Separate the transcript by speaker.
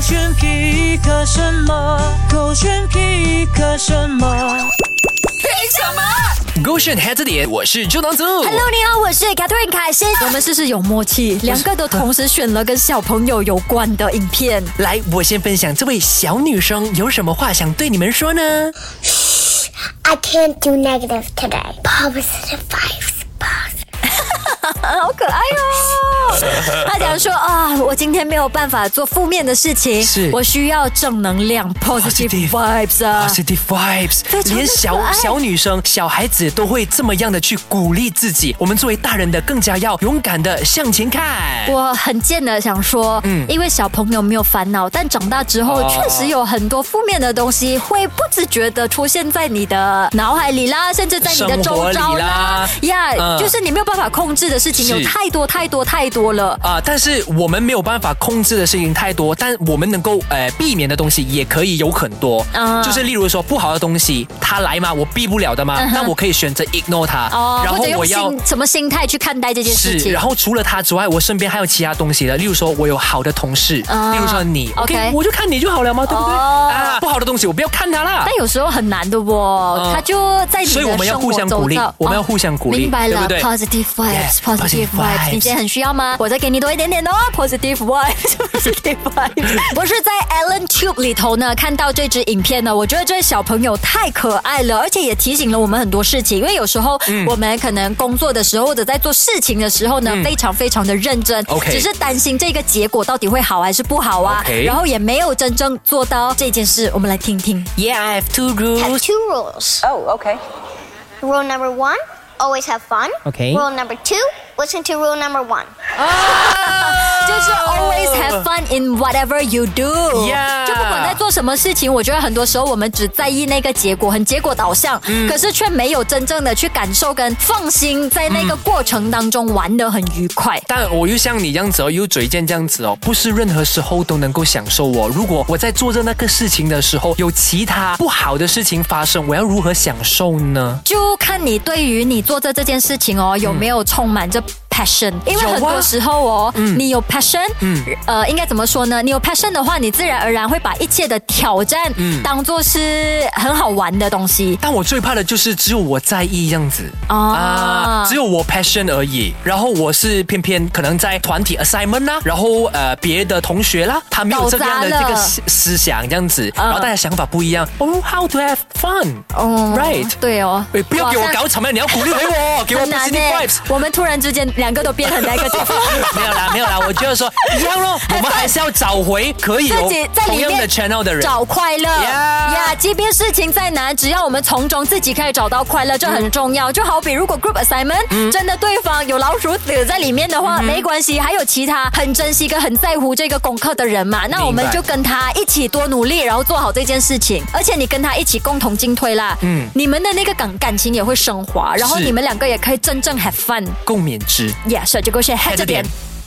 Speaker 1: 选皮克什么？狗选皮克什么？
Speaker 2: 勾选 h 着点，我是周囊组。
Speaker 3: Hello，你好，我是 Catherine 凯欣。
Speaker 4: 我们试试有默契，两个都同时选了跟小朋友有关的影片。
Speaker 2: 来，我先分享这位小女生有什么话想对你们说呢？
Speaker 5: I can't do negative today. Positive vibes. Positive.
Speaker 4: 啊，好可爱 哦！他讲说啊，我今天没有办法做负面的事情，
Speaker 2: 是
Speaker 4: 我需要正能量
Speaker 2: Positive
Speaker 4: positive vibes 啊。
Speaker 2: Positive vibes，
Speaker 4: 非常的
Speaker 2: 连
Speaker 4: 可
Speaker 2: 小
Speaker 4: 爱
Speaker 2: 小女生、小孩子都会这么样的去鼓励自己。我们作为大人的，更加要勇敢的向前看。
Speaker 4: 我很贱的想说，因为小朋友没有烦恼，但长大之后
Speaker 2: 哦
Speaker 4: 确实有很多负面的东西会不自觉的出现在你的脑海里啦，甚至在你的
Speaker 2: 生活
Speaker 4: 周
Speaker 2: 里
Speaker 4: 遭
Speaker 2: 啦
Speaker 4: 啦，呀
Speaker 2: 嗯
Speaker 4: 就是你没有办法控制的事情
Speaker 2: 是
Speaker 4: 有太多太多太多了。
Speaker 2: 啊、但是我们没有办法控制的事情太多，但我们能够呃避免的东西也可以有很多。
Speaker 4: 啊
Speaker 2: 就是例如说不好的东西，它来嘛，我避不了的嘛，那我可以选择 ignore 它，
Speaker 4: 嗯哦，
Speaker 2: 然
Speaker 4: 或
Speaker 2: 后
Speaker 4: 者用
Speaker 2: 我要
Speaker 4: 心什么心态去看待这件事
Speaker 2: 是，
Speaker 4: 情
Speaker 2: 然？后除了他之外，我身边还有其他东西的，例如说我有好的同事，
Speaker 4: 啊
Speaker 2: 例如说你
Speaker 4: OK
Speaker 2: 我就看你就好了嘛，对不对？
Speaker 4: 哦
Speaker 2: 啊，不好的东西我不要看它啦
Speaker 4: 但。有时候很难的哦，他就在你的
Speaker 2: 啊嗯所以我们要互相
Speaker 4: 生活
Speaker 2: 鼓励
Speaker 4: 周遭
Speaker 2: 我们要互相鼓励
Speaker 4: 明白
Speaker 2: 对
Speaker 4: 了
Speaker 2: 不对
Speaker 4: ，positive
Speaker 2: Yeah，positive
Speaker 4: vibes，positive
Speaker 2: vibes
Speaker 4: vibes，你今天很需要吗？我再给你多一点点哦，positive vibes，positive vibes。我是在 Alan Tube 里头呢看到这支影片呢，我觉得这小朋友太可爱了，而且也提醒了我们很多事情，因为有时候
Speaker 2: 嗯
Speaker 4: 我们可能工作的时候或者在做事情的时候呢，非常非常的认真
Speaker 2: OK
Speaker 4: 只是担心这个结果到底会好还是不好啊
Speaker 2: OK
Speaker 4: 然后也没有真正做到这件事，我们来听听。
Speaker 2: Yeah, I have two
Speaker 5: Have
Speaker 2: rules.
Speaker 5: two rules.
Speaker 6: Oh, okay.
Speaker 5: Rule number one: always have fun.
Speaker 2: Okay.
Speaker 5: Rule number two: listen to rule number one.
Speaker 4: 就是 always have fun in whatever you do，、
Speaker 2: 哦 Yeah
Speaker 4: 就不管在做什么事情，我觉得很多时候我们只在意那个结果，很结果导向，
Speaker 2: 嗯
Speaker 4: 可是却没有真正的去感受跟放心在那个过程当中玩得很愉快。
Speaker 2: 但我又像你这样子哦，又嘴贱这样子哦，不是任何时候都能够享受哦。如果我在做着那个事情的时候，有其他不好的事情发生，我要如何享受呢？
Speaker 4: 就看你对于你做这这件事情哦，有没有充满
Speaker 2: 嗯
Speaker 4: 着 passion？、因为
Speaker 2: 有啊
Speaker 4: 很多时候哦，
Speaker 2: 啊嗯
Speaker 4: 你有 passion，呃，应该怎么说呢？你有 passion 的话，你自然而然会把一切的挑战
Speaker 2: 嗯
Speaker 4: 当做是很好玩的东西。
Speaker 2: 但我最怕的就是只有我在意这样子
Speaker 4: 哦
Speaker 2: 啊，只有我 passion 而已。然后我是偏偏可能在团体 assignment 啦，然后呃别的同学啦，他没有这个样的
Speaker 4: 搞砸
Speaker 2: 这
Speaker 4: 了嗯
Speaker 2: 个思思想这样子，然后大家想法不一样。哦，how to have fun，right？
Speaker 4: 对哦
Speaker 2: 诶，哎不要给我搞场面，你要鼓励回我，给我
Speaker 4: 很
Speaker 2: p o
Speaker 4: 难欸
Speaker 2: s i t
Speaker 4: 呢
Speaker 2: i vibes。
Speaker 4: 我们突然之间两个都变很 negative，
Speaker 2: 没有啦，没有啦，我就是说一样 咯，我们还是要找回可以有
Speaker 4: 自己在
Speaker 2: 同
Speaker 4: 里
Speaker 2: 样的
Speaker 4: 面
Speaker 2: channel 的人。
Speaker 4: 找快乐
Speaker 2: Yeah
Speaker 4: 呀即便事情再难，只要我们从中自己可以找到快乐，这很重要。就好比如果 group assignment、真
Speaker 2: 嗯
Speaker 4: 的对方有老鼠屎在里面的话，没关系，还有其他很珍惜跟很在乎这个功课的人嘛，那我
Speaker 2: 明
Speaker 4: 们
Speaker 2: 白
Speaker 4: 就跟他一起多努力，然后做好这件事情。而且你跟他一起共同进退啦，嗯，你们的那个感感情也会升华，然后
Speaker 2: 是
Speaker 4: 你们两个也可以真正 have fun。
Speaker 2: 共勉之。
Speaker 4: Yeah，所以就勾选 head
Speaker 2: 着
Speaker 4: 着
Speaker 2: 点
Speaker 4: 点。